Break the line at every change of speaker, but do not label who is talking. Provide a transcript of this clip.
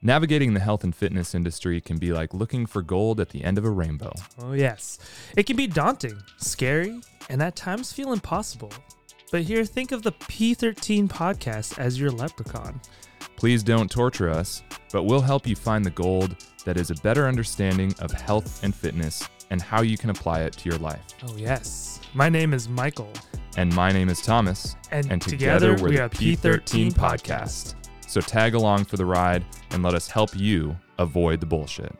Navigating the health and fitness industry can be like looking for gold at the end of a rainbow.
Oh, yes. It can be daunting, scary, and at times feel impossible. But here, think of the P13 podcast as your leprechaun.
Please don't torture us, but we'll help you find the gold that is a better understanding of health and fitness and how you can apply it to your life.
Oh, yes. My name is Michael.
And my name is Thomas,
And, together, we are P13 podcast.
So tag along for the ride and let us help you avoid the bullshit.